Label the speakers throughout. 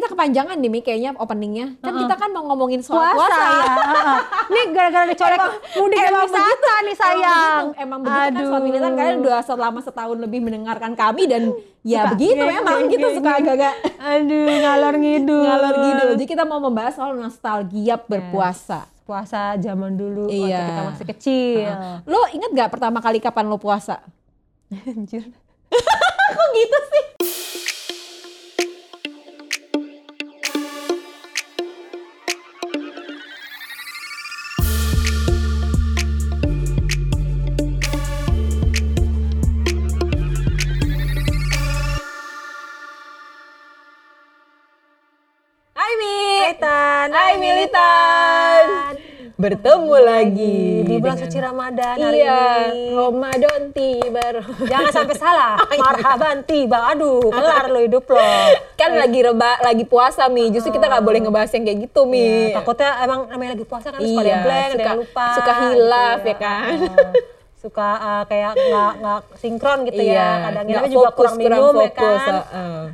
Speaker 1: kepanjangan nih Mi kayaknya openingnya. Kan kita kan mau ngomongin soal
Speaker 2: puasa,
Speaker 1: puasa.
Speaker 2: ya. Heeh. Nih gara-gara dicolek mudik
Speaker 1: emang
Speaker 2: emang begitu nih sayang.
Speaker 1: gitu. Emang begitu, emang begitu kan suami Nathan, kalian udah selama setahun lebih mendengarkan kami dan ya
Speaker 2: Suka
Speaker 1: begitu
Speaker 2: geng,
Speaker 1: emang
Speaker 2: geng,
Speaker 1: gitu
Speaker 2: geng,
Speaker 1: suka
Speaker 2: geng.
Speaker 1: agak-agak
Speaker 2: Aduh, ngalor ngidul.
Speaker 1: ngalor gitu. Jadi kita mau membahas soal nostalgia berpuasa.
Speaker 2: Puasa zaman dulu
Speaker 1: Iya.
Speaker 2: waktu kita masih kecil.
Speaker 1: Lo inget gak pertama kali kapan lo puasa?
Speaker 2: Anjir.
Speaker 1: Kok gitu sih? Hai Mi. Hai Militan. Bertemu lagi
Speaker 2: Di bulan
Speaker 1: dengan-
Speaker 2: suci Ramadan hari
Speaker 1: Iya,
Speaker 2: ini.
Speaker 1: Ramadan tiba.
Speaker 2: Jangan sampai salah.
Speaker 1: Ah, iya.
Speaker 2: Marhaban tiba. Aduh, kelar lo hidup lo.
Speaker 1: kan lagi reba lagi puasa mi justru kita nggak boleh ngebahas yang kayak gitu mi
Speaker 2: Ya, takutnya emang namanya lagi puasa kan suka
Speaker 1: Iya,
Speaker 2: dempleng, ada
Speaker 1: suka-
Speaker 2: yang lupa.
Speaker 1: suka hilaf, ya kan?
Speaker 2: Heeh. suka eh, kayak nggak nggak sinkron gitu
Speaker 1: iya
Speaker 2: ya. Kadang
Speaker 1: nggak
Speaker 2: kita juga kurang minum ya kan.
Speaker 1: heeh.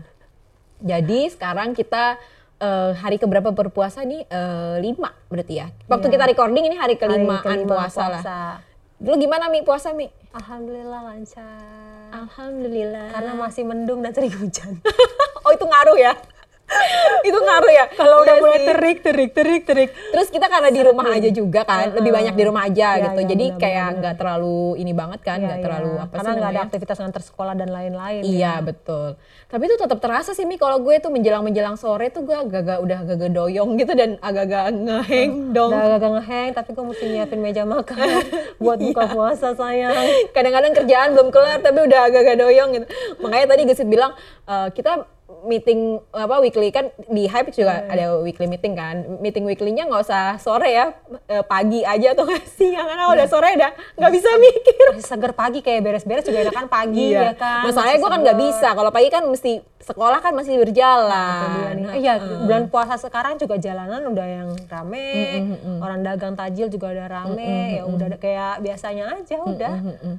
Speaker 1: jadi sekarang kita eh, hari keberapa berpuasa nih Eh, lima berarti ya waktu
Speaker 2: Iya.
Speaker 1: kita recording ini hari
Speaker 2: Hari
Speaker 1: kelimaan
Speaker 2: kelima
Speaker 1: puasa, lah lu gimana mi puasa mi
Speaker 2: Alhamdulillah lancar.
Speaker 1: alhamdulillah
Speaker 2: Karena masih mendung dan sering hujan.
Speaker 1: oh itu ngaruh ya itu ngaruh ya
Speaker 2: Kalau udah
Speaker 1: Iya
Speaker 2: mulai
Speaker 1: sih.
Speaker 2: terik, terik, terik, terik.
Speaker 1: Terus kita karena di rumah aja juga kan, lebih banyak di rumah aja
Speaker 2: Iya,
Speaker 1: gitu.
Speaker 2: iya,
Speaker 1: Jadi
Speaker 2: benar,
Speaker 1: kayak
Speaker 2: benar,
Speaker 1: nggak terlalu ini banget kan, nggak
Speaker 2: Iya,
Speaker 1: terlalu
Speaker 2: iya.
Speaker 1: apa sih
Speaker 2: Karena nggak ada
Speaker 1: namanya.
Speaker 2: aktivitas antar sekolah dan lain-lain.
Speaker 1: Iya betul. Tapi itu tetap terasa sih mi kalau gue tuh menjelang-menjelang sore tuh gue agak-agak udah agak-agak doyong gitu dan agak-agak ngeheng dong.
Speaker 2: Udah agak ngeheng, tapi gue mesti nyiapin meja makan buat buka
Speaker 1: Iya.
Speaker 2: puasa sayang.
Speaker 1: Kadang-kadang kerjaan belum
Speaker 2: Iya.
Speaker 1: kelar tapi udah agak-agak doyong gitu. Makanya tadi Gesit bilang "Eh, kita meeting apa weekly kan di Hype
Speaker 2: Iya.
Speaker 1: juga ada weekly meeting kan. Meeting weekly-nya nggak usah sore ya, eh, pagi aja atau nggak siang karena
Speaker 2: Iya.
Speaker 1: udah sore udah nggak bisa mikir. Iya.
Speaker 2: masih seger pagi kayak beres-beres juga enakan pagi ya kan.
Speaker 1: Masalahnya
Speaker 2: Masih
Speaker 1: gue kan nggak
Speaker 2: seger.
Speaker 1: bisa. Kalau pagi kan mesti sekolah kan masih berjalan.
Speaker 2: Itu dia nih.
Speaker 1: Nah,
Speaker 2: Iya, bulan puasa sekarang juga jalanan udah yang rame, orang dagang tajil juga ada rame, ya udah ada- kayak biasanya aja udah.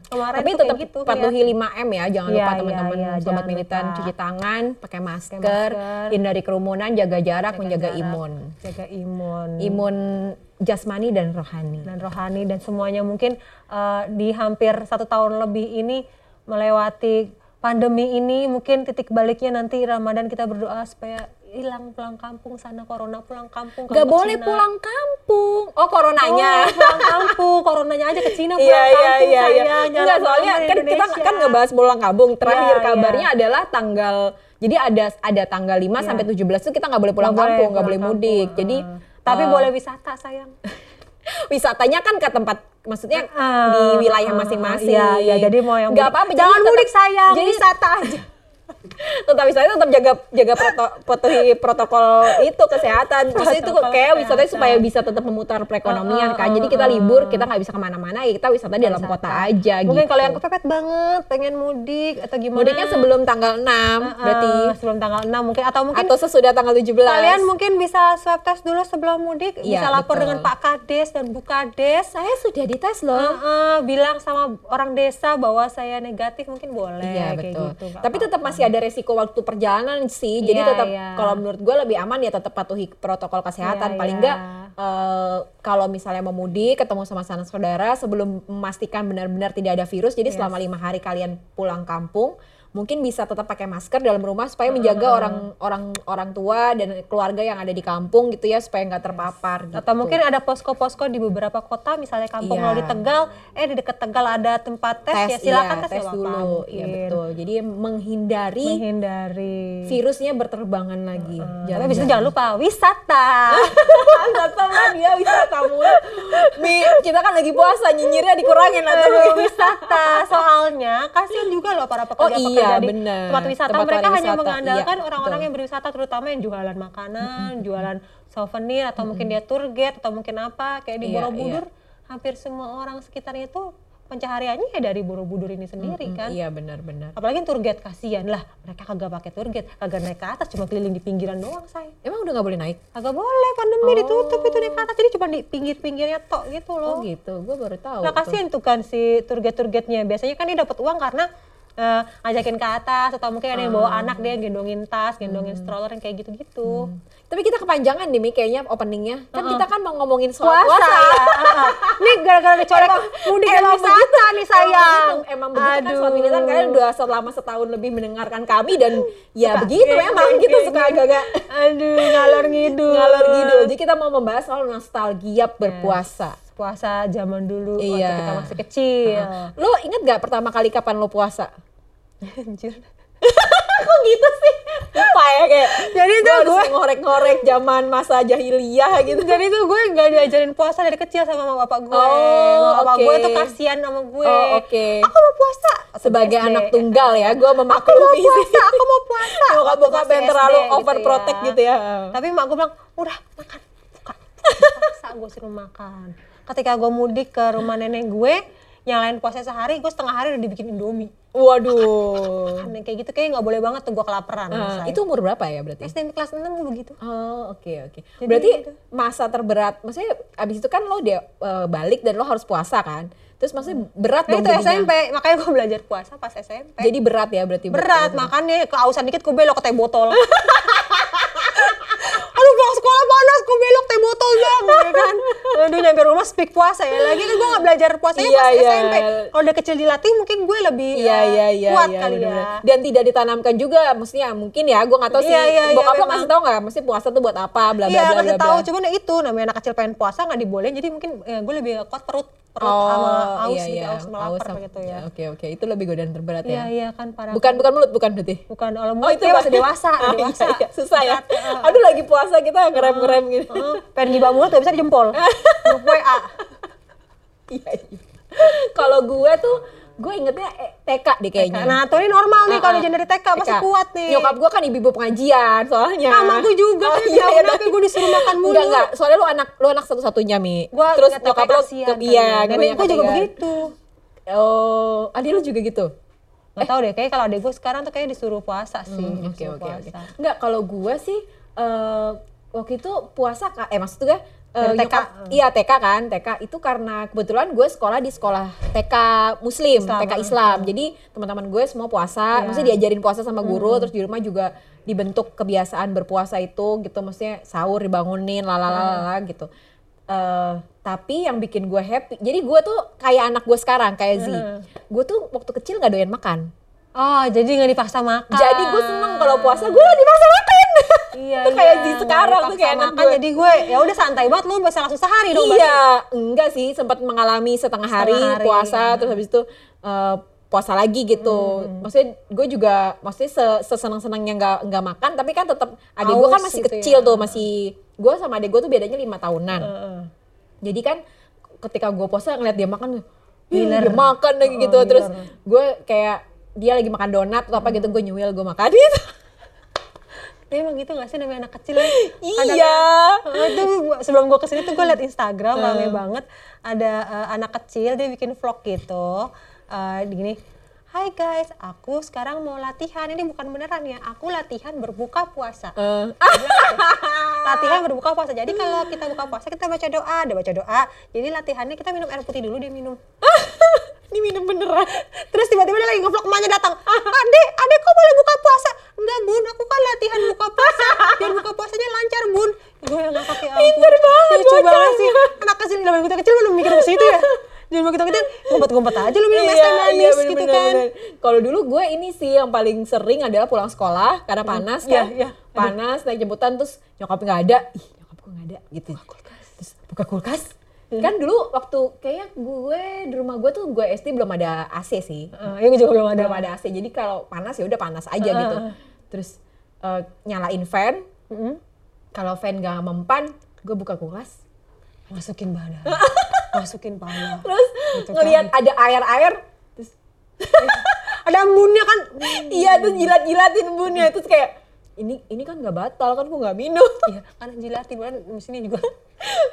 Speaker 2: Kemarin
Speaker 1: Tapi
Speaker 2: tuh kayak
Speaker 1: tetap
Speaker 2: gitu,
Speaker 1: patuhi 5M ya, jangan
Speaker 2: Iya,
Speaker 1: lupa
Speaker 2: iya,
Speaker 1: teman-teman
Speaker 2: iya,
Speaker 1: sobat
Speaker 2: jangan
Speaker 1: militan
Speaker 2: lupa.
Speaker 1: cuci tangan, pakai masker,
Speaker 2: masker.
Speaker 1: hindari kerumunan, jaga jarak, menjaga
Speaker 2: jarak, Hmm.
Speaker 1: imun.
Speaker 2: jaga imun.
Speaker 1: Imun jasmani dan rohani.
Speaker 2: dan rohani dan semuanya mungkin eh, di hampir satu tahun lebih ini melewati pandemi ini mungkin titik baliknya nanti Ramadan kita berdoa supaya hilang pulang kampung sana corona pulang kampung
Speaker 1: Gak
Speaker 2: kampung
Speaker 1: boleh
Speaker 2: Cina.
Speaker 1: pulang kampung. Oh, coronanya.
Speaker 2: Oh, pulang kampung coronanya aja ke Cina pulang
Speaker 1: Iya iya
Speaker 2: kampung
Speaker 1: iya iya.
Speaker 2: sayang. Jangan
Speaker 1: Enggak soalnya
Speaker 2: pulang ke
Speaker 1: kan kita
Speaker 2: Indonesia.
Speaker 1: kan ngebahas pulang kampung. Terakhir
Speaker 2: Iya, iya.
Speaker 1: kabarnya adalah tanggal jadi ada ada tanggal 5 sampai 17 tuh kita nggak boleh pulang
Speaker 2: Iya. Nggak boleh
Speaker 1: kampung, nggak boleh
Speaker 2: pulang
Speaker 1: mudik.
Speaker 2: kampung,
Speaker 1: Jadi
Speaker 2: eh. tapi
Speaker 1: eh,
Speaker 2: boleh wisata sayang
Speaker 1: wisatanya kan ke tempat maksudnya
Speaker 2: Ah,
Speaker 1: di wilayah masing-masing.
Speaker 2: Iya, iya. Jadi mau
Speaker 1: nggak
Speaker 2: yang mudik-
Speaker 1: apa-apa.
Speaker 2: Jangan
Speaker 1: jadi tetap-
Speaker 2: mudik, sayang.
Speaker 1: Jadi
Speaker 2: Wisata
Speaker 1: aja. tetap wisatanya tetap jaga jaga proto- patuhi protokol itu kesehatan. Maksudnya itu
Speaker 2: Protokol
Speaker 1: kayak wisatanya
Speaker 2: kesehatan.
Speaker 1: supaya bisa tetap memutar perekonomian
Speaker 2: Oh, oh,
Speaker 1: kan. Jadi
Speaker 2: oh,
Speaker 1: kita
Speaker 2: oh.
Speaker 1: libur, kita nggak bisa kemana-mana ya kita wisata di dalam
Speaker 2: Wisata.
Speaker 1: kota aja
Speaker 2: mungkin
Speaker 1: gitu.
Speaker 2: kalau yang kepepet banget pengen mudik atau gimana
Speaker 1: Mudiknya sebelum tanggal 6
Speaker 2: Eh,
Speaker 1: berarti
Speaker 2: sebelum tanggal 6 mungkin atau mungkin
Speaker 1: atau sesudah tanggal 17.
Speaker 2: Kalian mungkin bisa swab test dulu sebelum mudik,
Speaker 1: Iya,
Speaker 2: bisa lapor
Speaker 1: betul.
Speaker 2: dengan Pak Kades dan Bu Kades.
Speaker 1: saya sudah dites loh.
Speaker 2: Heeh, bilang sama orang desa bahwa saya negatif mungkin boleh
Speaker 1: Iya
Speaker 2: kayak
Speaker 1: betul.
Speaker 2: gitu. nggak
Speaker 1: Tapi
Speaker 2: apa-apa.
Speaker 1: tetap masih ada resiko waktu perjalanan sih. Jadi
Speaker 2: Iya,
Speaker 1: tetap
Speaker 2: iya.
Speaker 1: kalau menurut gue lebih aman ya tetap patuhi protokol kesehatan.
Speaker 2: Iya,
Speaker 1: Paling
Speaker 2: iya.
Speaker 1: enggak eh, kalau misalnya mau mudik ketemu sama sanak saudara sebelum memastikan benar-benar tidak ada virus. Jadi selama lima hari kalian pulang kampung mungkin bisa tetap pakai masker dalam rumah supaya menjaga orang-orang orang tua dan keluarga yang ada di kampung gitu ya supaya nggak terpapar. Gitu.
Speaker 2: atau mungkin ada posko-posko di beberapa kota misalnya kampung
Speaker 1: Iya.
Speaker 2: lo di Tegal eh di dekat Tegal ada tempat tes, ya silakan
Speaker 1: iya,
Speaker 2: tes,
Speaker 1: tes
Speaker 2: nggak apa-apa,
Speaker 1: dulu. Iya
Speaker 2: mungkin.
Speaker 1: betul. Jadi menghindari
Speaker 2: menghindari
Speaker 1: virusnya berterbangan lagi.
Speaker 2: tapi bisa jangan lupa wisata
Speaker 1: Gak sama dia wisata mulu. Mi, kita kan lagi puasa, nyinyirnya dikurangin atau
Speaker 2: Aduh,
Speaker 1: mungkin.
Speaker 2: wisata soalnya kasihan juga loh para pekerja
Speaker 1: Hmm. Oh,
Speaker 2: pekerja
Speaker 1: iya,
Speaker 2: di
Speaker 1: benar.
Speaker 2: tempat wisata
Speaker 1: Tempat
Speaker 2: mereka hanya
Speaker 1: pariwisata,
Speaker 2: mengandalkan
Speaker 1: iya,
Speaker 2: orang-orang
Speaker 1: betul.
Speaker 2: yang berwisata terutama yang jualan makanan jualan souvenir atau mungkin dia tour guide atau mungkin apa kayak di
Speaker 1: Iya,
Speaker 2: Borobudur hampir semua orang sekitarnya itu pencahariannya ya dari Borobudur ini sendiri kan
Speaker 1: Iya benar-benar.
Speaker 2: apalagi tour guide kasihan lah mereka kagak pakai tour guide kagak naik ke atas cuma keliling di pinggiran doang saya
Speaker 1: Emang udah nggak boleh naik?
Speaker 2: kagak boleh pandemi ditutup itu naik ke atas jadi cuma di pinggir-pinggirnya tok gitu
Speaker 1: Oh
Speaker 2: loh
Speaker 1: gitu, gue baru tahu.
Speaker 2: Nah,
Speaker 1: tuh.
Speaker 2: kasihan tuh kan si tour guide-tour guide-nya. Biasanya kan dia dapat uang karena eh, ngajakin ke atas atau mungkin ada yang bawa anak dia yang gendongin tas, gendongin stroller yang kayak gitu-gitu.
Speaker 1: Tapi kita kepanjangan nih Mi kayaknya openingnya. Kan kita kan mau ngomongin soal
Speaker 2: Puasa,
Speaker 1: puasa.
Speaker 2: ya. Heeh. Ini gara-gara dicorek
Speaker 1: Emang-
Speaker 2: mudik
Speaker 1: emang
Speaker 2: emang wisata nih sayang.
Speaker 1: gitu. Emang begitu, emang begitu kan
Speaker 2: Aduh.
Speaker 1: suami militan kalian udah selama setahun lebih mendengarkan kami dan ya
Speaker 2: Suka
Speaker 1: begitu
Speaker 2: geng-
Speaker 1: emang
Speaker 2: geng-
Speaker 1: gitu
Speaker 2: geng-
Speaker 1: suka
Speaker 2: geng.
Speaker 1: agak-agak
Speaker 2: Aduh, ngalor ngidul.
Speaker 1: ngalor gitu. Jadi kita mau membahas soal nostalgia berpuasa.
Speaker 2: Puasa zaman dulu
Speaker 1: Iya.
Speaker 2: waktu kita masih kecil.
Speaker 1: Lo inget gak pertama kali kapan lo puasa?
Speaker 2: Anjir.
Speaker 1: Kok gitu sih? Lupa ya kayak.
Speaker 2: Jadi itu
Speaker 1: Lo harus
Speaker 2: gue
Speaker 1: ngorek-ngorek zaman masa jahiliyah gitu.
Speaker 2: jadi tuh gue nggak diajarin puasa dari kecil sama mama bapak gue.
Speaker 1: Oh,
Speaker 2: Mama bapak
Speaker 1: oke.
Speaker 2: gue tuh kasihan sama gue.
Speaker 1: Oh, oke.
Speaker 2: Aku mau puasa.
Speaker 1: Sebagai
Speaker 2: SD.
Speaker 1: anak tunggal ya, gue
Speaker 2: Aku mau
Speaker 1: memaklumi sih.
Speaker 2: puasa, aku mau puasa.
Speaker 1: Bokap-bokap
Speaker 2: Waktu
Speaker 1: yang
Speaker 2: masih
Speaker 1: terlalu
Speaker 2: SD gitu
Speaker 1: overprotect gitu ya.
Speaker 2: Tapi mak gue bilang, udah makan, buka. Puasa gue suruh makan. Ketika gue mudik ke rumah nenek gue, yang lain puasa sehari, gue setengah hari udah dibikin indomie.
Speaker 1: Waduh.
Speaker 2: Kan yang kayak gitu kayaknya nggak boleh banget tuh gue kelaparan.
Speaker 1: Ah,
Speaker 2: say.
Speaker 1: itu umur berapa ya berarti?
Speaker 2: SD kelas 6 gue begitu.
Speaker 1: Oh oke oke.
Speaker 2: Jadi
Speaker 1: Berarti
Speaker 2: gitu.
Speaker 1: masa terberat, maksudnya abis itu kan lo dia eh, balik dan lo harus puasa kan. Terus maksudnya berat dong
Speaker 2: Nah, itu
Speaker 1: jadinya.
Speaker 2: SMP, makanya gue belajar puasa pas SMP.
Speaker 1: Jadi berat ya berarti.
Speaker 2: berat makanya keausan dikit gue belok ke teh botol aduh pulang sekolah panas gue belok teh botol dong ya kan aduh nyampe rumah speak puasa ya lagi kan gue nggak belajar puasanya
Speaker 1: Iya,
Speaker 2: pas
Speaker 1: iya.
Speaker 2: SMP kalau udah kecil dilatih mungkin gue lebih
Speaker 1: Iya
Speaker 2: eh,
Speaker 1: iya iya.
Speaker 2: kuat
Speaker 1: iya,
Speaker 2: kali ya
Speaker 1: bener-bener. Dan tidak ditanamkan juga, maksudnya mungkin ya, gue nggak tahu sih.
Speaker 2: Iya, iya, iya,
Speaker 1: bokap lo
Speaker 2: memang.
Speaker 1: masih tahu nggak? Mesti puasa tuh buat apa? Bla bla
Speaker 2: Iya
Speaker 1: bla
Speaker 2: masih
Speaker 1: bla, bla.
Speaker 2: tahu, cuman ya itu namanya anak kecil pengen puasa nggak dibolehin, jadi mungkin eh, gue lebih kuat perut perut sama
Speaker 1: Oh,
Speaker 2: aus
Speaker 1: iya,
Speaker 2: gitu,
Speaker 1: iya.
Speaker 2: aus sama
Speaker 1: Aus
Speaker 2: lapar
Speaker 1: sama- iya.
Speaker 2: gitu ya.
Speaker 1: Oke oke, itu lebih godaan terberat
Speaker 2: Iya
Speaker 1: ya.
Speaker 2: iya kan parah.
Speaker 1: Bukan bukan mulut, bukan berarti.
Speaker 2: bukan oleh mulut, itu
Speaker 1: Pak.
Speaker 2: masih dewasa,
Speaker 1: Ah,
Speaker 2: udah
Speaker 1: iya,
Speaker 2: dewasa.
Speaker 1: iya. Susah ya.
Speaker 2: Berat, eh.
Speaker 1: Aduh lagi puasa kita ngerem ngerem gitu.
Speaker 2: Heeh, pengen gibah mulut gak bisa dijempol. Grup WA.
Speaker 1: Iya. iya. Kalau gue tuh gue ingetnya eh, TK deh kayaknya.
Speaker 2: Nah, tuh ini normal nih
Speaker 1: Ah,
Speaker 2: kalau
Speaker 1: ah.
Speaker 2: hujan dari TK masih
Speaker 1: TK.
Speaker 2: kuat nih.
Speaker 1: Nyokap gue kan ibu-ibu pengajian soalnya.
Speaker 2: Sama gue juga, saya bilang, kenapa gue disuruh makan mulu?
Speaker 1: Oh, iya, Enggak, enggak. Soalnya lu anak lu anak satu-satunya, Mi.
Speaker 2: Gua
Speaker 1: Terus
Speaker 2: ingat
Speaker 1: nyokap
Speaker 2: TK
Speaker 1: lu
Speaker 2: kasihan
Speaker 1: ke
Speaker 2: kan
Speaker 1: iya,
Speaker 2: ya. nenek gue juga
Speaker 1: kebanyakan.
Speaker 2: begitu.
Speaker 1: Oh, adik lu juga gitu.
Speaker 2: Gak tau deh, kayaknya kalau adik gue sekarang tuh kayaknya disuruh puasa sih.
Speaker 1: Hmm, Oke,
Speaker 2: disuruh
Speaker 1: oke, oke.
Speaker 2: puasa.
Speaker 1: Enggak, kalau gue sih eh waktu itu puasa Kak. eh maksud gue eh,
Speaker 2: Dari TK.
Speaker 1: nyokap- iya TK kan, TK itu karena kebetulan gue sekolah di sekolah TK Muslim,
Speaker 2: Islam,
Speaker 1: TK
Speaker 2: ah.
Speaker 1: Islam. Jadi teman-teman gue semua puasa,
Speaker 2: Iya. Hmm.
Speaker 1: maksudnya diajarin puasa sama guru, terus di rumah juga dibentuk kebiasaan berpuasa itu gitu, maksudnya sahur dibangunin,
Speaker 2: Hmm.
Speaker 1: lalalala gitu. Eh tapi yang bikin gue happy, jadi gue tuh kayak anak gue sekarang, kayak Z.
Speaker 2: Hmm.
Speaker 1: Gue tuh waktu kecil nggak doyan makan.
Speaker 2: Oh, jadi gak dipaksa makan.
Speaker 1: Jadi gue seneng kalau puasa gue dipaksa makan.
Speaker 2: Iya,
Speaker 1: Itu kayak
Speaker 2: iya,
Speaker 1: di
Speaker 2: nggak
Speaker 1: sekarang tuh
Speaker 2: dipaksa
Speaker 1: kayak anak
Speaker 2: makan,
Speaker 1: gue.
Speaker 2: jadi gue ya udah santai banget lu bisa langsung sehari dong. berarti.
Speaker 1: iya, enggak sih sempat mengalami setengah hari,
Speaker 2: Setengah hari,
Speaker 1: puasa
Speaker 2: ya.
Speaker 1: terus habis itu eh, puasa lagi gitu.
Speaker 2: Hmm.
Speaker 1: Maksudnya gue juga maksudnya se- sesenang-senangnya nggak nggak makan tapi kan tetap adik gue kan
Speaker 2: Aus
Speaker 1: masih
Speaker 2: gitu
Speaker 1: kecil
Speaker 2: ya. Hmm.
Speaker 1: tuh, masih gue sama adik gue tuh bedanya lima tahunan.
Speaker 2: Heeh.
Speaker 1: Jadi kan ketika gue puasa ngeliat dia makan, "Ih, dia
Speaker 2: Ngiler.
Speaker 1: makan lagi gitu.
Speaker 2: Oh,
Speaker 1: Terus
Speaker 2: ngiler.
Speaker 1: gue kayak dia lagi makan donat atau apa gitu, gue nyuil gue makan gitu.
Speaker 2: Tapi emang gitu gak sih namanya anak kecil ya? Kadang-
Speaker 1: iya.
Speaker 2: Heeh, itu gua- sebelum gue kesini tuh gue liat Instagram rame banget ada eh, anak kecil dia bikin vlog gitu Eh, gini Hai guys, aku sekarang mau latihan. Ini bukan beneran ya. Aku latihan berbuka puasa.
Speaker 1: Eh,
Speaker 2: Latihan berbuka puasa. Jadi kalau kita buka puasa kita baca doa, ada baca doa. Jadi latihannya kita minum air putih dulu dia minum.
Speaker 1: ini minum beneran.
Speaker 2: Terus tiba-tiba dia lagi ngevlog emaknya datang. Ade, ade kok boleh buka puasa? Enggak bun, aku kan latihan buka puasa. Biar buka puasanya lancar bun. Gue yang ngakak ya ampun.
Speaker 1: Pinter banget
Speaker 2: Lucu banget
Speaker 1: bocahnya.
Speaker 2: sih. Anak kecil, zaman kita kecil belum mikir ke situ ya. Zaman kita kecil, ngumpet-ngumpet aja lu minum es teh manis
Speaker 1: Iya, bener,
Speaker 2: gitu
Speaker 1: bener,
Speaker 2: kan.
Speaker 1: bener. Kalau dulu gue ini sih yang paling sering adalah pulang sekolah karena panas kan.
Speaker 2: iya, iya. Aduh.
Speaker 1: Panas naik jemputan terus nyokap nggak ada. Ih, nyokap gue nggak ada gitu. Terus buka kulkas.
Speaker 2: Hmm.
Speaker 1: Kan dulu waktu kayaknya gue di rumah gue tuh gue SD belum ada AC sih.
Speaker 2: Eh, ya gue juga belum ada.
Speaker 1: belum ada AC. Jadi kalau panas ya udah panas aja
Speaker 2: Ah,
Speaker 1: gitu.
Speaker 2: ah, ah.
Speaker 1: Terus eh, nyalain fan.
Speaker 2: Mm-mm.
Speaker 1: Kalau fan gak mempan, gue buka kulkas.
Speaker 2: Masukin badan. Masukin pala.
Speaker 1: Terus
Speaker 2: Gitu kan.
Speaker 1: ngelihat ada air-air, terus
Speaker 2: Ada embunnya kan.
Speaker 1: Iya terus jilat-jilatin bunnya terus kayak ini ini kan nggak batal kan gua nggak minum.
Speaker 2: Iya, kan jilatin kan mesinnya juga.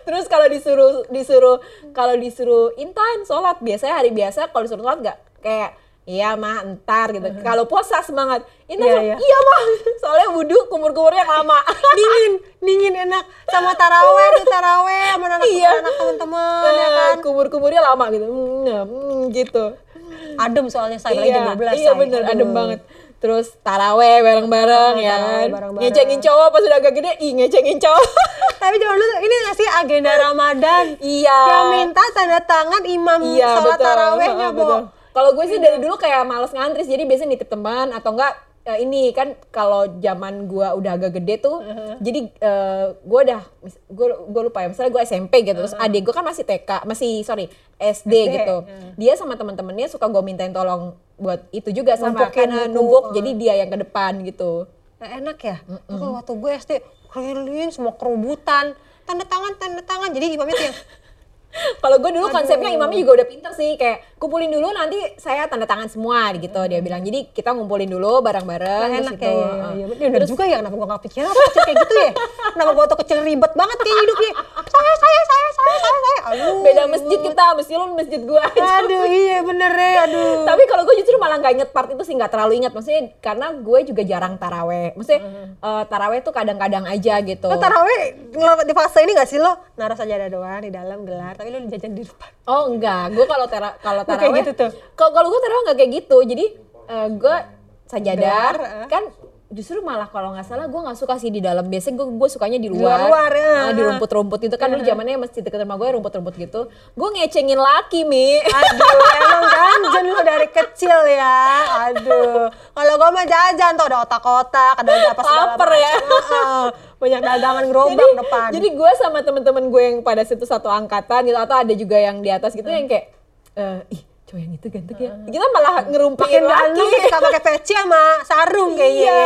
Speaker 1: terus kalau disuruh disuruh kalau disuruh intan sholat biasanya hari biasa kalau disuruh sholat nggak kayak iya mah entar gitu. Kalau puasa semangat. Intan
Speaker 2: Iya,
Speaker 1: sholat,
Speaker 2: iya.
Speaker 1: iya mah soalnya wudhu kumur-kumurnya lama.
Speaker 2: dingin, dingin enak sama taraweh tuh taraweh sama anak-anak
Speaker 1: Iya.
Speaker 2: anak teman-teman ya kan.
Speaker 1: Kumur-kumurnya lama mm, gitu. Mm, mm, gitu.
Speaker 2: adem soalnya saya lagi jam 12
Speaker 1: iya
Speaker 2: saya. kan.
Speaker 1: bener,
Speaker 2: Aduh.
Speaker 1: adem banget. Terus taraweh bareng-bareng
Speaker 2: Ah,
Speaker 1: ya
Speaker 2: taraweh
Speaker 1: kan.
Speaker 2: bareng-bareng.
Speaker 1: Ngecengin cowok pas udah agak gede, ih ngecengin cowok.
Speaker 2: Tapi zaman dulu ini nggak sih agenda Ramadan.
Speaker 1: iya.
Speaker 2: Yang minta tanda tangan imam
Speaker 1: Iya
Speaker 2: sholat
Speaker 1: betul.
Speaker 2: tarawehnya,
Speaker 1: Heeh,
Speaker 2: Bu.
Speaker 1: betul. Kalau gue sih dari dulu kayak males ngantri, jadi biasanya nitip teman atau enggak eh, ini kan kalau zaman gue udah agak gede tuh, jadi eh, gue udah gue gue lupa ya, misalnya gue SMP gitu, terus adik gue kan masih TK, masih sorry SD, gitu, dia sama teman-temannya suka gue mintain tolong buat itu juga sama
Speaker 2: Numpukin
Speaker 1: karena
Speaker 2: buku,
Speaker 1: numpuk,
Speaker 2: heeh.
Speaker 1: jadi dia yang ke depan gitu.
Speaker 2: Nah, enak ya. Kalau waktu gue SD keliling semua kerubutan, tanda tangan tanda tangan. Jadi imamnya tuh yang
Speaker 1: Kalau gue dulu konsepnya imamnya juga udah pinter sih kayak kumpulin dulu nanti saya tanda tangan semua gitu dia bilang. Jadi kita ngumpulin dulu bareng-bareng
Speaker 2: Nah,
Speaker 1: terus
Speaker 2: enak
Speaker 1: gitu,
Speaker 2: ya, ya,
Speaker 1: uh.
Speaker 2: ya, ya. Udah juga ya, kenapa gue gak pikiran waktu kecil kayak gitu ya? Kenapa gue waktu kecil ribet banget kayak hidupnya? Saya, saya, saya, saya, saya, saya. Aduh,
Speaker 1: Beda masjid kita, masjid lu masjid gua aja.
Speaker 2: ya, Aduh, iya bener ya, aduh.
Speaker 1: Tapi kalau gue justru malah nggak inget part itu sih nggak terlalu inget maksudnya karena gue juga jarang taraweh. Maksudnya eh, taraweh tuh kadang-kadang aja gitu.
Speaker 2: Lo taraweh ngel- di fase ini gak sih lo? Naruh saja ada doang di dalam gelar, tapi lo dijajan di depan.
Speaker 1: Oh enggak, gue kalau tara kalau
Speaker 2: Nggak kayak
Speaker 1: taraweh
Speaker 2: gitu tuh.
Speaker 1: Kalau kalau gue taraweh nggak kayak gitu. Jadi eh, gue sajadar
Speaker 2: Gelar, eh.
Speaker 1: kan justru malah kalau nggak salah gue nggak suka sih di dalam. Biasanya gue gue sukanya di luar.
Speaker 2: luar, ya.
Speaker 1: Ah, di rumput-rumput gitu kan dulu zamannya masjid deket rumah gue rumput-rumput gitu. Gue ngecengin laki, Mi.
Speaker 2: Aduh, emang ganjen lo dari kecil ya. Aduh, kalau gue mah jajan tuh ada otak-otak, ada apa segala
Speaker 1: Laper ya.
Speaker 2: macam. Heeh. Banyak dagangan gerobak depan.
Speaker 1: Jadi gue sama temen-temen gue yang pada situ satu angkatan gitu atau ada juga yang di atas gitu yang kayak eh, ih cowok yang itu ganteng ya. Kita malah
Speaker 2: Makin
Speaker 1: ngerumpiin
Speaker 2: ganteng
Speaker 1: laki.
Speaker 2: kita pakai peci sama sarung kayaknya.
Speaker 1: Iya.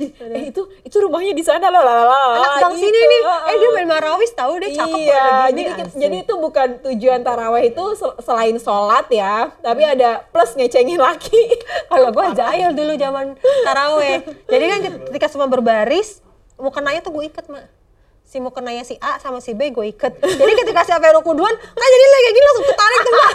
Speaker 1: Jadi, Eh, itu itu rumahnya di sana loh lalala.
Speaker 2: Anak bang
Speaker 1: gitu.
Speaker 2: sini nih. Eh dia
Speaker 1: Heeh.
Speaker 2: main marawis tahu dia cakep
Speaker 1: iya,
Speaker 2: banget gini,
Speaker 1: jadi, kita-
Speaker 2: asli.
Speaker 1: jadi itu bukan tujuan taraweh itu sel- selain sholat ya, tapi
Speaker 2: Hmm.
Speaker 1: ada plus ngecengin laki.
Speaker 2: kalau gue jahil dulu zaman taraweh. jadi kan ketika semua berbaris, mukenanya tuh gue ikat, Mak. Si mukenanya si A sama si B gue ikat. Jadi ketika si A yang rukuduan, kan jadi lagi gini langsung ketarik tuh, Mak.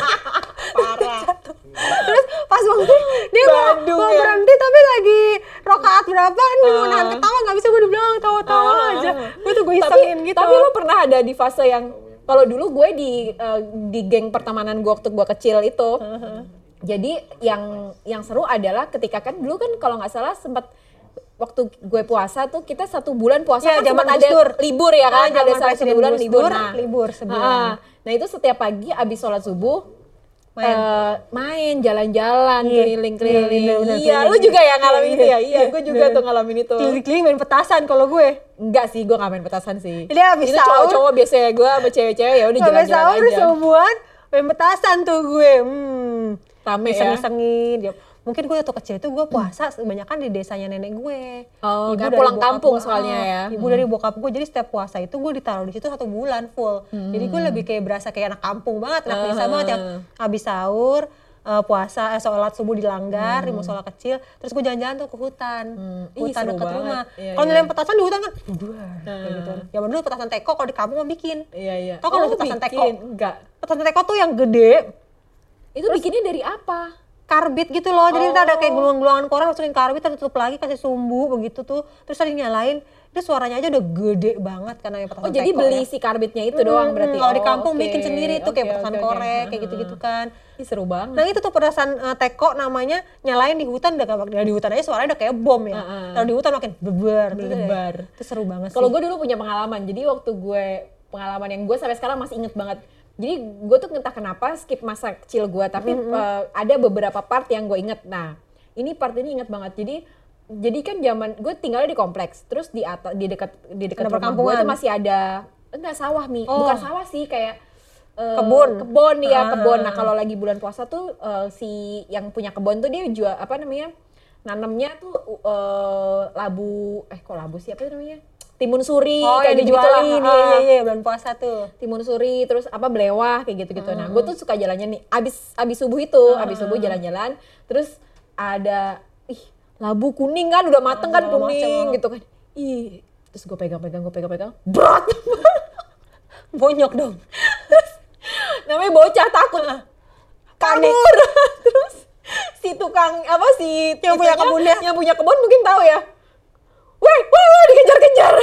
Speaker 1: Parah.
Speaker 2: Terus pas waktu dia mau,
Speaker 1: Badung
Speaker 2: mau
Speaker 1: ya.
Speaker 2: berhenti tapi lagi rokaat berapa nih mau
Speaker 1: Ah.
Speaker 2: nahan ketawa nggak bisa gue dibilang tawa-tawa
Speaker 1: Ah.
Speaker 2: aja. Gue tuh gue
Speaker 1: tapi,
Speaker 2: isengin gitu.
Speaker 1: Tapi lo pernah ada di fase yang kalau dulu gue di eh, di geng pertemanan gue waktu gue kecil itu.
Speaker 2: Ah,
Speaker 1: Jadi yang yang seru adalah ketika kan dulu kan kalau nggak salah sempat waktu gue puasa tuh kita satu bulan puasa
Speaker 2: Ya,
Speaker 1: kan
Speaker 2: zaman
Speaker 1: sempat ada
Speaker 2: Gusdur.
Speaker 1: libur ya kan
Speaker 2: Ah, zaman
Speaker 1: ada salah
Speaker 2: Presiden
Speaker 1: satu bulan
Speaker 2: Gusdur,
Speaker 1: libur Nah,
Speaker 2: libur sebulan.
Speaker 1: Ah, nah itu setiap pagi abis sholat subuh
Speaker 2: Main.
Speaker 1: eh, main jalan-jalan keliling-keliling
Speaker 2: Iya, bener-bener,
Speaker 1: iya lu
Speaker 2: keliling.
Speaker 1: juga ya ngalamin
Speaker 2: Iya,
Speaker 1: itu ya
Speaker 2: iya.
Speaker 1: iya gue juga tuh ngalamin itu
Speaker 2: Keliling-keliling main petasan kalau gue.
Speaker 1: Enggak sih, gue gak main petasan sih.
Speaker 2: Jadi abis
Speaker 1: Itu
Speaker 2: sahur-
Speaker 1: cowok-cowok biasanya gue sama cewek-cewek ya udah
Speaker 2: Sampai
Speaker 1: jalan-jalan
Speaker 2: sahur
Speaker 1: aja.
Speaker 2: sebulan main petasan tuh gue. Hmm.
Speaker 1: Rame ya?
Speaker 2: Iseng-isengin. Ya. Mungkin gue waktu kecil itu gue puasa kebanyakan di desanya nenek gue.
Speaker 1: Oh, karena
Speaker 2: dari
Speaker 1: pulang
Speaker 2: bokap
Speaker 1: kampung
Speaker 2: gue,
Speaker 1: soalnya
Speaker 2: ah,
Speaker 1: ya.
Speaker 2: Ibu dari bokap gue, jadi setiap puasa itu gue ditaruh di situ satu bulan full. Jadi
Speaker 1: Hmm.
Speaker 2: gue lebih kayak berasa kayak anak kampung banget, anak
Speaker 1: Ah.
Speaker 2: desa banget yang habis sahur, eh, puasa, eh, sholat subuh dilanggar, di musola kecil. Terus gue jalan-jalan tuh ke hutan,
Speaker 1: Hmm. Ih,
Speaker 2: hutan
Speaker 1: seru
Speaker 2: dekat
Speaker 1: banget.
Speaker 2: rumah.
Speaker 1: Iya, iya. Uh.
Speaker 2: kalau nelayan petasan di hutan kan, duar, kayak gitu. Zaman dulu petasan teko, kalau di kampung mah bikin.
Speaker 1: Iya, iya.
Speaker 2: Tau kalau
Speaker 1: Oh, bikin.
Speaker 2: petasan teko?
Speaker 1: Enggak.
Speaker 2: Petasan teko tuh yang gede,
Speaker 1: Itu bikinnya dari apa?
Speaker 2: karbit gitu loh. Jadi kita ada kayak
Speaker 1: Oh.
Speaker 2: gulungan-gulungan koran masukin karbit, terus tutup lagi kasih sumbu begitu tuh. Terus tadi nyalain, itu suaranya aja udah gede banget karena yang
Speaker 1: Oh,
Speaker 2: petasan
Speaker 1: jadi
Speaker 2: teko
Speaker 1: beli
Speaker 2: ya.
Speaker 1: si karbitnya itu doang
Speaker 2: Hmm,
Speaker 1: berarti.
Speaker 2: Kalau di
Speaker 1: Oh,
Speaker 2: kampung
Speaker 1: oke.
Speaker 2: bikin sendiri tuh kayak
Speaker 1: Oke,
Speaker 2: petasan
Speaker 1: oke, oke.
Speaker 2: korek kayak gitu-gitu kan.
Speaker 1: Ih, seru banget.
Speaker 2: Nah itu tuh petasan eh, teko namanya nyalain di hutan udah gak- di hutan aja suaranya udah kayak bom ya.
Speaker 1: Heeh.
Speaker 2: Kalau di hutan makin beber,
Speaker 1: Beber.
Speaker 2: Itu seru banget
Speaker 1: Kalau
Speaker 2: sih.
Speaker 1: gue dulu punya pengalaman, jadi waktu gue pengalaman yang gue sampai sekarang masih inget banget. Jadi gue tuh entah kenapa skip masa kecil gue, tapi
Speaker 2: Mm-hmm.
Speaker 1: eh, ada beberapa part yang gue inget. Nah, ini part ini inget banget. Jadi jadi kan zaman gue tinggalnya di kompleks, terus di atas di dekat di dekat
Speaker 2: Ada
Speaker 1: rumah gue
Speaker 2: perkampungan.
Speaker 1: itu masih ada enggak sawah mi,
Speaker 2: Oh.
Speaker 1: bukan sawah sih kayak eh,
Speaker 2: Kebun.
Speaker 1: kebun ya
Speaker 2: Ah.
Speaker 1: kebun. Nah kalau lagi bulan puasa tuh eh, si yang punya kebun tuh dia jual apa namanya? Nanemnya tuh eh, labu eh kok labu siapa namanya? Timun suri
Speaker 2: oh
Speaker 1: kayak
Speaker 2: kayak
Speaker 1: gitu-gitu
Speaker 2: dijualin, iya
Speaker 1: lah. Ah.
Speaker 2: iya iya bulan puasa tuh.
Speaker 1: Timun suri terus apa belewah kayak gitu-gitu. Nah,
Speaker 2: Hmm.
Speaker 1: gue tuh suka jalannya nih abis abis subuh itu, abis subuh jalan-jalan terus ada ih labu kuning kan udah mateng
Speaker 2: Ah,
Speaker 1: kan
Speaker 2: segala
Speaker 1: kuning
Speaker 2: macem.
Speaker 1: gitu kan. Ih, terus gue pegang-pegang, gue pegang-pegang, berat.
Speaker 2: Bonyok dong.
Speaker 1: namanya bocah takut
Speaker 2: Panik.
Speaker 1: kabur terus si tukang apa si
Speaker 2: Yang punya
Speaker 1: itunya,
Speaker 2: kebunnya.
Speaker 1: yang punya kebun mungkin tahu ya weh weh weh dikejar-kejar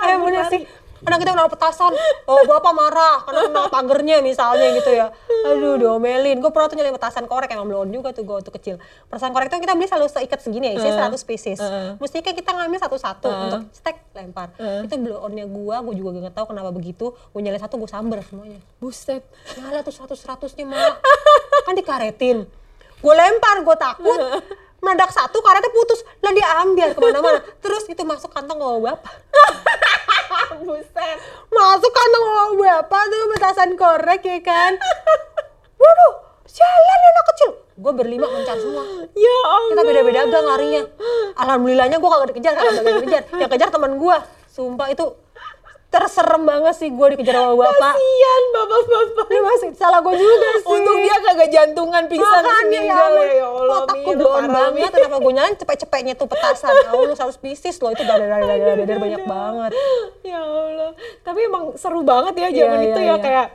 Speaker 2: Kayak Eh, bener sih. kadang kita naruh petasan oh bapak marah karena kena pagernya misalnya gitu ya aduh diomelin gue pernah tuh nyari petasan korek emang belum juga tuh gue waktu kecil petasan korek tuh kita beli selalu seikat segini ya isinya 100 pieces mestinya kayak kita ngambil satu-satu untuk stek lempar itu blonnya gue gue juga gak tahu kenapa begitu gue nyalain satu gue samber semuanya
Speaker 1: Buset.
Speaker 2: nyala tuh seratus seratusnya mah kan dikaretin gue lempar gue takut meledak satu karetnya putus lah dia ambil kemana-mana terus itu masuk kantong bawa bapak Ah,
Speaker 1: Buset.
Speaker 2: masuk kantong bawa bapak tuh petasan korek ya kan waduh sialan ya anak kecil gue berlima mencar semua
Speaker 1: Ya
Speaker 2: kita
Speaker 1: Allah.
Speaker 2: beda-beda gang larinya alhamdulillahnya gue kagak dikejar kagak ada yang dikejar yang kejar teman gue sumpah itu terserem banget sih gue dikejar sama bapak
Speaker 1: Kasian bapak-bapak.
Speaker 2: ini masih salah gue juga Iya sih
Speaker 1: Untung dia kagak jantungan pingsan terus
Speaker 2: Makanya ya
Speaker 1: meninggal
Speaker 2: ampun,
Speaker 1: ya, ya Allah.
Speaker 2: otak gue
Speaker 1: Mir,
Speaker 2: blown
Speaker 1: parah,
Speaker 2: banget,
Speaker 1: Mir.
Speaker 2: kenapa gue nyalain cepet-cepetnya tuh petasan, Ya Allah 100 pieces loh, itu dadar dadar dadar dadar banyak banget.
Speaker 1: Ya Allah. Tapi emang seru banget ya zaman
Speaker 2: Iya,
Speaker 1: itu
Speaker 2: iya,
Speaker 1: ya
Speaker 2: iya.
Speaker 1: kayak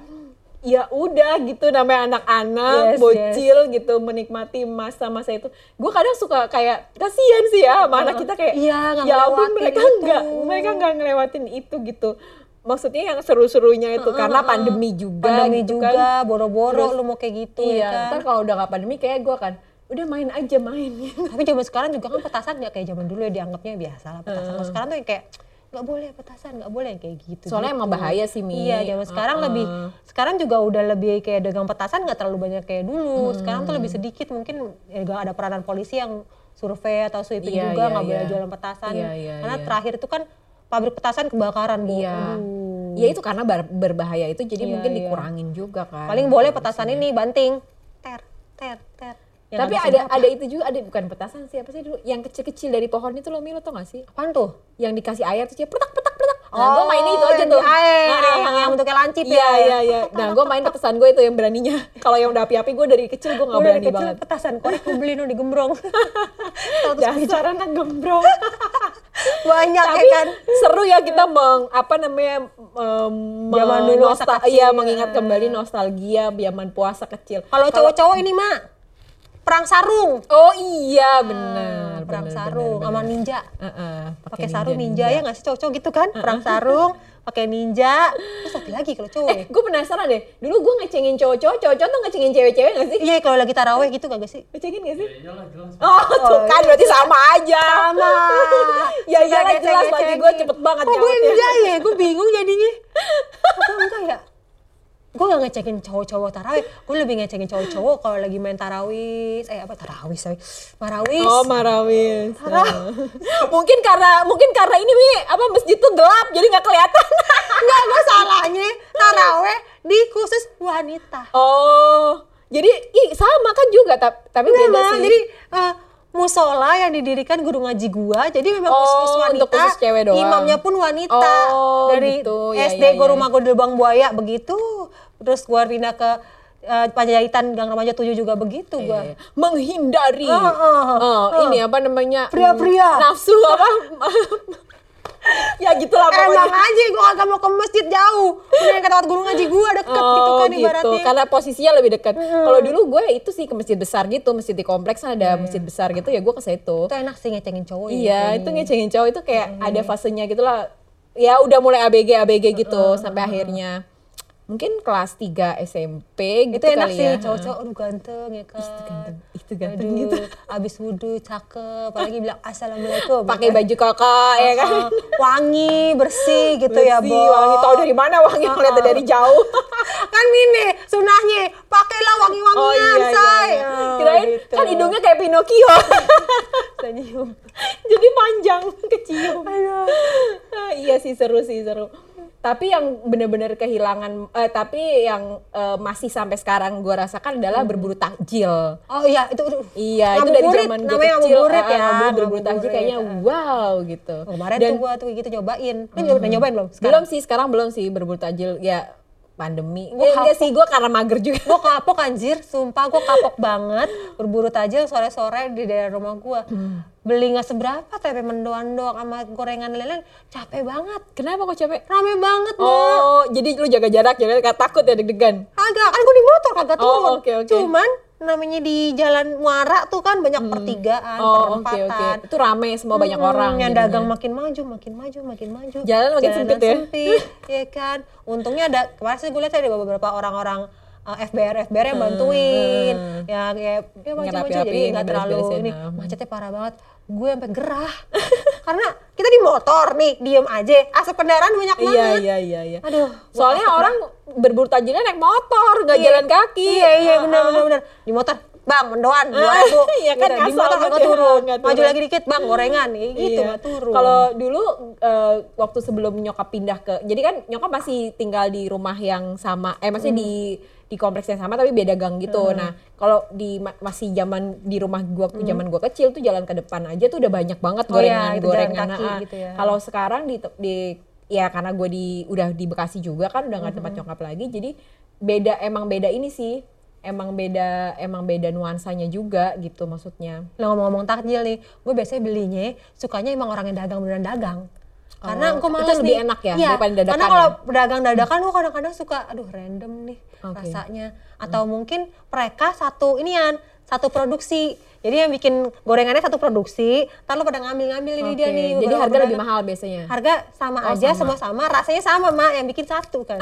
Speaker 1: ya udah gitu namanya anak-anak
Speaker 2: Yes,
Speaker 1: bocil gitu menikmati masa-masa itu. Gue kadang suka kayak kasihan sih ya sama anak kita kayak
Speaker 2: Iya, nggak
Speaker 1: ya ampun
Speaker 2: ngelewatin
Speaker 1: mereka
Speaker 2: itu."
Speaker 1: nggak mereka nggak ngelewatin itu gitu. Maksudnya yang seru-serunya itu karena pandemi juga
Speaker 2: Pandemi
Speaker 1: gitu kan.
Speaker 2: juga, boro-boro
Speaker 1: Terus-
Speaker 2: lu mau kayak gitu
Speaker 1: Iya,
Speaker 2: ya kan.
Speaker 1: ntar kalau udah gak pandemi kayak gue kan udah main aja main gitu.
Speaker 2: Tapi zaman sekarang juga kan petasan nggak kayak zaman dulu ya dianggapnya biasa lah petasan. Kalau sekarang tuh yang kayak nggak boleh petasan, nggak boleh yang kayak gitu.
Speaker 1: Soalnya emang bahaya sih, Mi.
Speaker 2: Iya, zaman sekarang
Speaker 1: Uh-uh.
Speaker 2: lebih sekarang juga udah lebih kayak dagang petasan nggak terlalu banyak kayak dulu.
Speaker 1: Hmm.
Speaker 2: Sekarang tuh lebih sedikit mungkin ya, nggak ada peranan polisi yang survei atau sweeping
Speaker 1: Iya,
Speaker 2: juga
Speaker 1: iya,
Speaker 2: nggak boleh
Speaker 1: iya.
Speaker 2: jualan petasan.
Speaker 1: Iya, iya,
Speaker 2: Karena
Speaker 1: iya.
Speaker 2: terakhir itu kan pabrik petasan kebakaran, Bu.
Speaker 1: Iya.
Speaker 2: Aduh.
Speaker 1: Ya itu karena bar- berbahaya itu jadi
Speaker 2: Iya,
Speaker 1: mungkin
Speaker 2: iya.
Speaker 1: dikurangin juga kan.
Speaker 2: Paling boleh petasan ini banting. Ter, ter, ter. Yang
Speaker 1: Tapi
Speaker 2: nggak
Speaker 1: ada
Speaker 2: bisa-
Speaker 1: ada itu juga ada bukan petasan sih apa sih dulu yang kecil-kecil dari pohon itu lo Milo tau gak sih?
Speaker 2: apaan tuh?
Speaker 1: Yang dikasih air terus dia petak petak petak. Nah, gue mainnya itu aja
Speaker 2: Oh, yang
Speaker 1: tuh.
Speaker 2: di air,
Speaker 1: Ah,
Speaker 2: yang, yang bentuknya lancip
Speaker 1: Iya
Speaker 2: ya.
Speaker 1: iya iya. Nah gue main petasan gue itu yang beraninya. Kalau yang udah api-api gue dari kecil gue
Speaker 2: Gue
Speaker 1: nggak
Speaker 2: dari
Speaker 1: berani
Speaker 2: kecil
Speaker 1: banget.
Speaker 2: petasan korek gue beli no digembrong. Seratus biji.
Speaker 1: Dasar anak gembrong.
Speaker 2: Banyak
Speaker 1: Tapi
Speaker 2: ya kan.
Speaker 1: seru ya kita meng apa namanya em,
Speaker 2: Zaman dulu
Speaker 1: menostal-
Speaker 2: masa kecil.
Speaker 1: iya mengingat kembali nostalgia zaman puasa kecil.
Speaker 2: Kalau cowok-cowok ini mah perang sarung.
Speaker 1: Oh iya benar.
Speaker 2: Ah, perang
Speaker 1: benar,
Speaker 2: sarung
Speaker 1: benar,
Speaker 2: sama
Speaker 1: benar.
Speaker 2: ninja.
Speaker 1: Heeh,
Speaker 2: Pakai sarung ninja, ya nggak sih cowok-cowok gitu kan? Perang sarung, pakai ninja. Terus satu lagi kalau cowok ya.
Speaker 1: Eh, gue penasaran deh. Dulu gue ngecengin cowok-cowok, cowok-cowok tuh ngecengin cewek-cewek gak sih?
Speaker 2: Iya kalau lagi taraweh gitu kagak sih?
Speaker 1: Ngecengin gak sih?
Speaker 3: Kayaknya lah jelas.
Speaker 1: Oh, tuh kan berarti sama aja.
Speaker 2: Sama.
Speaker 1: ya iyalah jelas lagi
Speaker 2: Gak ngeceng-ngecengin.
Speaker 1: gue cepet banget
Speaker 2: Kok gue
Speaker 1: nyautnya.
Speaker 2: enggak ya? Gue bingung jadinya. Apa enggak ya? Gue gak ngecekin cowok-cowok tarawih, gue lebih ngecekin cowok-cowok kalau lagi main tarawih, eh apa tarawih sorry, marawis.
Speaker 1: Oh, marawis. mungkin karena mungkin karena ini Mi, apa masjid tuh gelap jadi nggak kelihatan.
Speaker 2: Enggak, gue salahnya taraweh di khusus wanita.
Speaker 1: oh, jadi ih, sama kan juga tap- tapi beda sih.
Speaker 2: Memang, jadi eh, musola yang didirikan guru ngaji gua, jadi memang
Speaker 1: Oh,
Speaker 2: khusus wanita.
Speaker 1: untuk khusus cewek doang.
Speaker 2: Imamnya pun wanita.
Speaker 1: Oh,
Speaker 2: Dari
Speaker 1: gitu. Ya,
Speaker 2: SD
Speaker 1: ya,
Speaker 2: gua
Speaker 1: ya.
Speaker 2: rumah gua di Lubang Buaya begitu. Terus gua pindah ke eh, Panjaitan Gang Remaja 7 juga begitu
Speaker 1: Iya,
Speaker 2: gua.
Speaker 1: iya. menghindari
Speaker 2: Ah, ah,
Speaker 1: Eh,
Speaker 2: ah.
Speaker 1: ini apa namanya mm,
Speaker 2: Pria-pria.
Speaker 1: nafsu apa ya gitulah
Speaker 2: Emang
Speaker 1: pokoknya
Speaker 2: aja gua kagak mau ke masjid jauh. Mendingan ke tempat guru ngaji gua deket gitu
Speaker 1: Oh,
Speaker 2: kan ibaratnya.
Speaker 1: karena posisinya lebih dekat kalau dulu gue itu sih ke masjid besar gitu masjid di kompleks kan ada masjid besar gitu ya gue ke situ
Speaker 2: Itu enak sih ngecengin cowok ya,
Speaker 1: iya
Speaker 2: kayaknya.
Speaker 1: itu ngecengin cowok itu kayak ada fasenya gitulah ya udah mulai abg abg gitu sampai akhirnya mungkin kelas 3 SMP gitu
Speaker 2: Itu enak
Speaker 1: kali
Speaker 2: sih
Speaker 1: ya
Speaker 2: cowok-cowok aduh ganteng ya kan. Itu
Speaker 1: ganteng, itu ganteng
Speaker 2: aduh,
Speaker 1: gitu.
Speaker 2: Abis wudhu cakep, apalagi bilang assalamualaikum.
Speaker 1: pakai baju kakak ya kan
Speaker 2: Uh, wangi, bersih gitu ya,
Speaker 1: Besi,
Speaker 2: Bo.
Speaker 1: wangi tahu dari mana wangi
Speaker 2: Uh-uh.
Speaker 1: ngeliatnya dari jauh
Speaker 2: kan ini sunahnya, pakailah
Speaker 1: Oh,
Speaker 2: wangi-wangian, say. Uh,
Speaker 1: iya, Kirain
Speaker 2: gitu.
Speaker 1: kan hidungnya kayak Pinocchio.
Speaker 2: Bisa nyium.
Speaker 1: Jadi panjang, kecium. Ah, iya sih seru sih seru. Tapi yang bener-bener kehilangan, eh, tapi yang eh, masih sampai sekarang gue rasakan adalah berburu takjil.
Speaker 2: Oh iya, itu aduh.
Speaker 1: Iya, itu
Speaker 2: Hmm. Ngabuburit,
Speaker 1: dari zaman gue
Speaker 2: namanya
Speaker 1: kecil.
Speaker 2: ngabuburit
Speaker 1: ah,
Speaker 2: ya,
Speaker 1: ngabuburit, berburu
Speaker 2: ngabuburit,
Speaker 1: takjil kayaknya
Speaker 2: ah.
Speaker 1: wow gitu.
Speaker 2: Oh, kemarin
Speaker 1: Dan Hmm.
Speaker 2: tuh gua tuh gitu nyobain. Lu nyobain, nyobain belum?
Speaker 1: belum sih sekarang belum sih berburu takjil ya pandemi.
Speaker 2: Gua
Speaker 1: Eh, enggak sih gue karena mager juga.
Speaker 2: gue kapok anjir, sumpah gue kapok banget berburu tajil sore-sore di daerah rumah gue
Speaker 1: Hmm.
Speaker 2: beli nggak seberapa tapi mendoan doang sama gorengan lain-lain capek banget
Speaker 1: Kenapa kok capek?
Speaker 2: rame banget Mbak.
Speaker 1: Oh, jadi lu jaga jarak, jaga takut ya deg-degan.
Speaker 2: agak kan gue di motor kagak
Speaker 1: Oh,
Speaker 2: turun
Speaker 1: oke, oke.
Speaker 2: cuman namanya di Jalan Muara tuh kan banyak pertigaan,
Speaker 1: Hmm. Oh, oke
Speaker 2: perempatan.
Speaker 1: oke. Itu rame semua banyak
Speaker 2: Mm-mm,
Speaker 1: orang.
Speaker 2: Yang
Speaker 1: jadinya.
Speaker 2: dagang makin maju, makin maju, makin maju.
Speaker 1: Jalan makin
Speaker 2: Jalanan
Speaker 1: sempit ya.
Speaker 2: sempit, ya kan. Untungnya ada kemarin sih gue lihat ada beberapa orang-orang uh, FBR FBR
Speaker 1: Hmm,
Speaker 2: yang bantuin. Ya kayak ya maju-maju jadi
Speaker 1: Ngerapi-rapiin,
Speaker 2: nggak terlalu
Speaker 1: beres-beresin,
Speaker 2: ini
Speaker 1: nah.
Speaker 2: macetnya parah banget. Gue sampai gerah. Karena kita di motor nih, diem aja. Asap kendaraan banyak banget.
Speaker 1: Iya iya iya iya.
Speaker 2: Aduh,
Speaker 1: Soalnya orang berburu tajilnya naik motor, nggak jalan kaki. Ah.
Speaker 2: Iya iya benar benar benar. Di motor, Bang, mendoan, dua ribu.
Speaker 1: Iya kan, kasar
Speaker 2: Gitu. Di motor
Speaker 1: banget
Speaker 2: nggak
Speaker 1: ya,
Speaker 2: turun.
Speaker 1: nggak
Speaker 2: Maju
Speaker 1: turun.
Speaker 2: lagi dikit, Bang, gorengan. Ya, gitu,
Speaker 1: Iya.
Speaker 2: nggak turun.
Speaker 1: Kalau dulu eh, waktu sebelum nyokap pindah ke, jadi kan nyokap masih tinggal di rumah yang sama, eh maksudnya di
Speaker 2: Hmm.
Speaker 1: di kompleks yang sama tapi beda gang gitu. Nah kalau di ma- masih zaman di rumah gua zaman gua kecil tuh jalan ke depan aja tuh udah banyak banget
Speaker 2: Hmm. Oh
Speaker 1: gorengan
Speaker 2: iya, itu jalan
Speaker 1: gorengan.
Speaker 2: kaki
Speaker 1: ah.
Speaker 2: gitu ya.
Speaker 1: Kalau sekarang di te- di ya karena gue di udah di Bekasi juga kan udah nggak tempat
Speaker 2: Hmm.
Speaker 1: nyokap lagi, jadi beda emang beda ini sih emang beda emang beda nuansanya juga gitu maksudnya.
Speaker 2: Nah ngomong-ngomong takjil nih, gue biasanya belinya sukanya emang orang yang dagang beneran dagang.
Speaker 1: Oh,
Speaker 2: Karena gue
Speaker 1: itu
Speaker 2: males
Speaker 1: lebih
Speaker 2: nih.
Speaker 1: enak ya,
Speaker 2: Iya,
Speaker 1: daripada dadakan
Speaker 2: Karena kalau pedagang dadakan gue kadang-kadang suka, aduh random nih
Speaker 1: Oke. Hmm.
Speaker 2: rasanya. Atau mungkin mereka satu inian, satu produksi. Jadi yang bikin gorengannya satu produksi, ntar lu pada ngambil-ngambil ini dia
Speaker 1: Oke,
Speaker 2: nih.
Speaker 1: jadi
Speaker 2: beberapa
Speaker 1: harga lebih
Speaker 2: pedagang.
Speaker 1: mahal biasanya.
Speaker 2: Harga sama
Speaker 1: Oh,
Speaker 2: aja,
Speaker 1: sama. Ah.
Speaker 2: sama-sama, rasanya sama mak, yang bikin satu kan.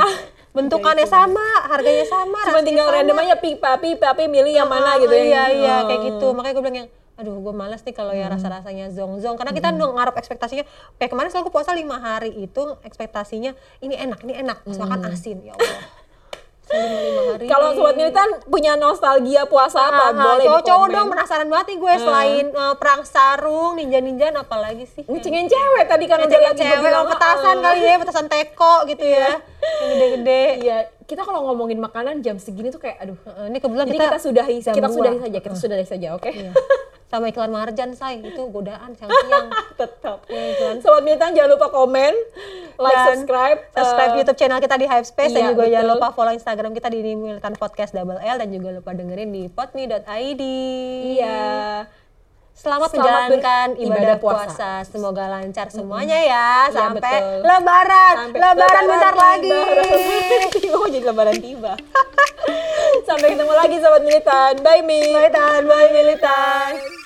Speaker 2: Bentukannya sama, harganya sama,
Speaker 1: cuma
Speaker 2: rasanya
Speaker 1: tinggal
Speaker 2: sama.
Speaker 1: random aja pipa pipa pipa milih yang mana
Speaker 2: Ah,
Speaker 1: gitu ya
Speaker 2: iya iya kayak gitu makanya gue bilang yang aduh gue males nih kalau
Speaker 1: Hmm.
Speaker 2: yang rasa rasanya zong zong karena kita nung- ngarep ekspektasinya kayak kemarin selalu puasa lima hari itu ekspektasinya ini enak ini enak pas makan asin ya allah Selama lima hari
Speaker 1: Hmm. kalau sobat militan punya nostalgia puasa apa boleh
Speaker 2: cowok
Speaker 1: di
Speaker 2: cowok
Speaker 1: komen.
Speaker 2: dong penasaran banget nih gue selain eh, perang sarung ninja ninjaan apalagi sih
Speaker 1: ngecengin cewek tadi kan udah
Speaker 2: Ngejagain
Speaker 1: lagi
Speaker 2: cewek
Speaker 1: bilang,
Speaker 2: sama petasan
Speaker 1: "Ah,
Speaker 2: kali ya petasan teko gitu ya yang gede-gede
Speaker 1: iya kita kalau ngomongin makanan jam segini tuh kayak aduh
Speaker 2: Eh, ini kebetulan
Speaker 1: jadi kita, sudahi
Speaker 2: jam
Speaker 1: kita
Speaker 2: dua.
Speaker 1: sudahi saja kita sudahi saja oke
Speaker 2: Iya. sama iklan marjan say itu godaan siang-siang
Speaker 1: tetap
Speaker 2: Iklan
Speaker 1: sobat militan jangan lupa komen like
Speaker 2: Iya, Dan
Speaker 1: subscribe
Speaker 2: subscribe
Speaker 1: eh,
Speaker 2: YouTube channel kita di Hype Space dan
Speaker 1: iya,
Speaker 2: juga jangan
Speaker 1: betul.
Speaker 2: lupa follow Instagram kita di Militan Podcast Double L dan juga lupa dengerin di podme.id.
Speaker 1: iya
Speaker 2: Selamat,
Speaker 1: Selamat
Speaker 2: menjalankan
Speaker 1: beribadah
Speaker 2: ibadah
Speaker 1: puasa.
Speaker 2: puasa. Semoga lancar semuanya ya
Speaker 1: Iya,
Speaker 2: sampai
Speaker 1: betul.
Speaker 2: lebaran.
Speaker 1: Sampai-
Speaker 2: lebaran bentar
Speaker 1: lebaran
Speaker 2: lagi.
Speaker 1: tiba. Mau jadi lebaran tiba sampai ketemu lagi sobat militan bye mi
Speaker 2: Militan, bye Militan.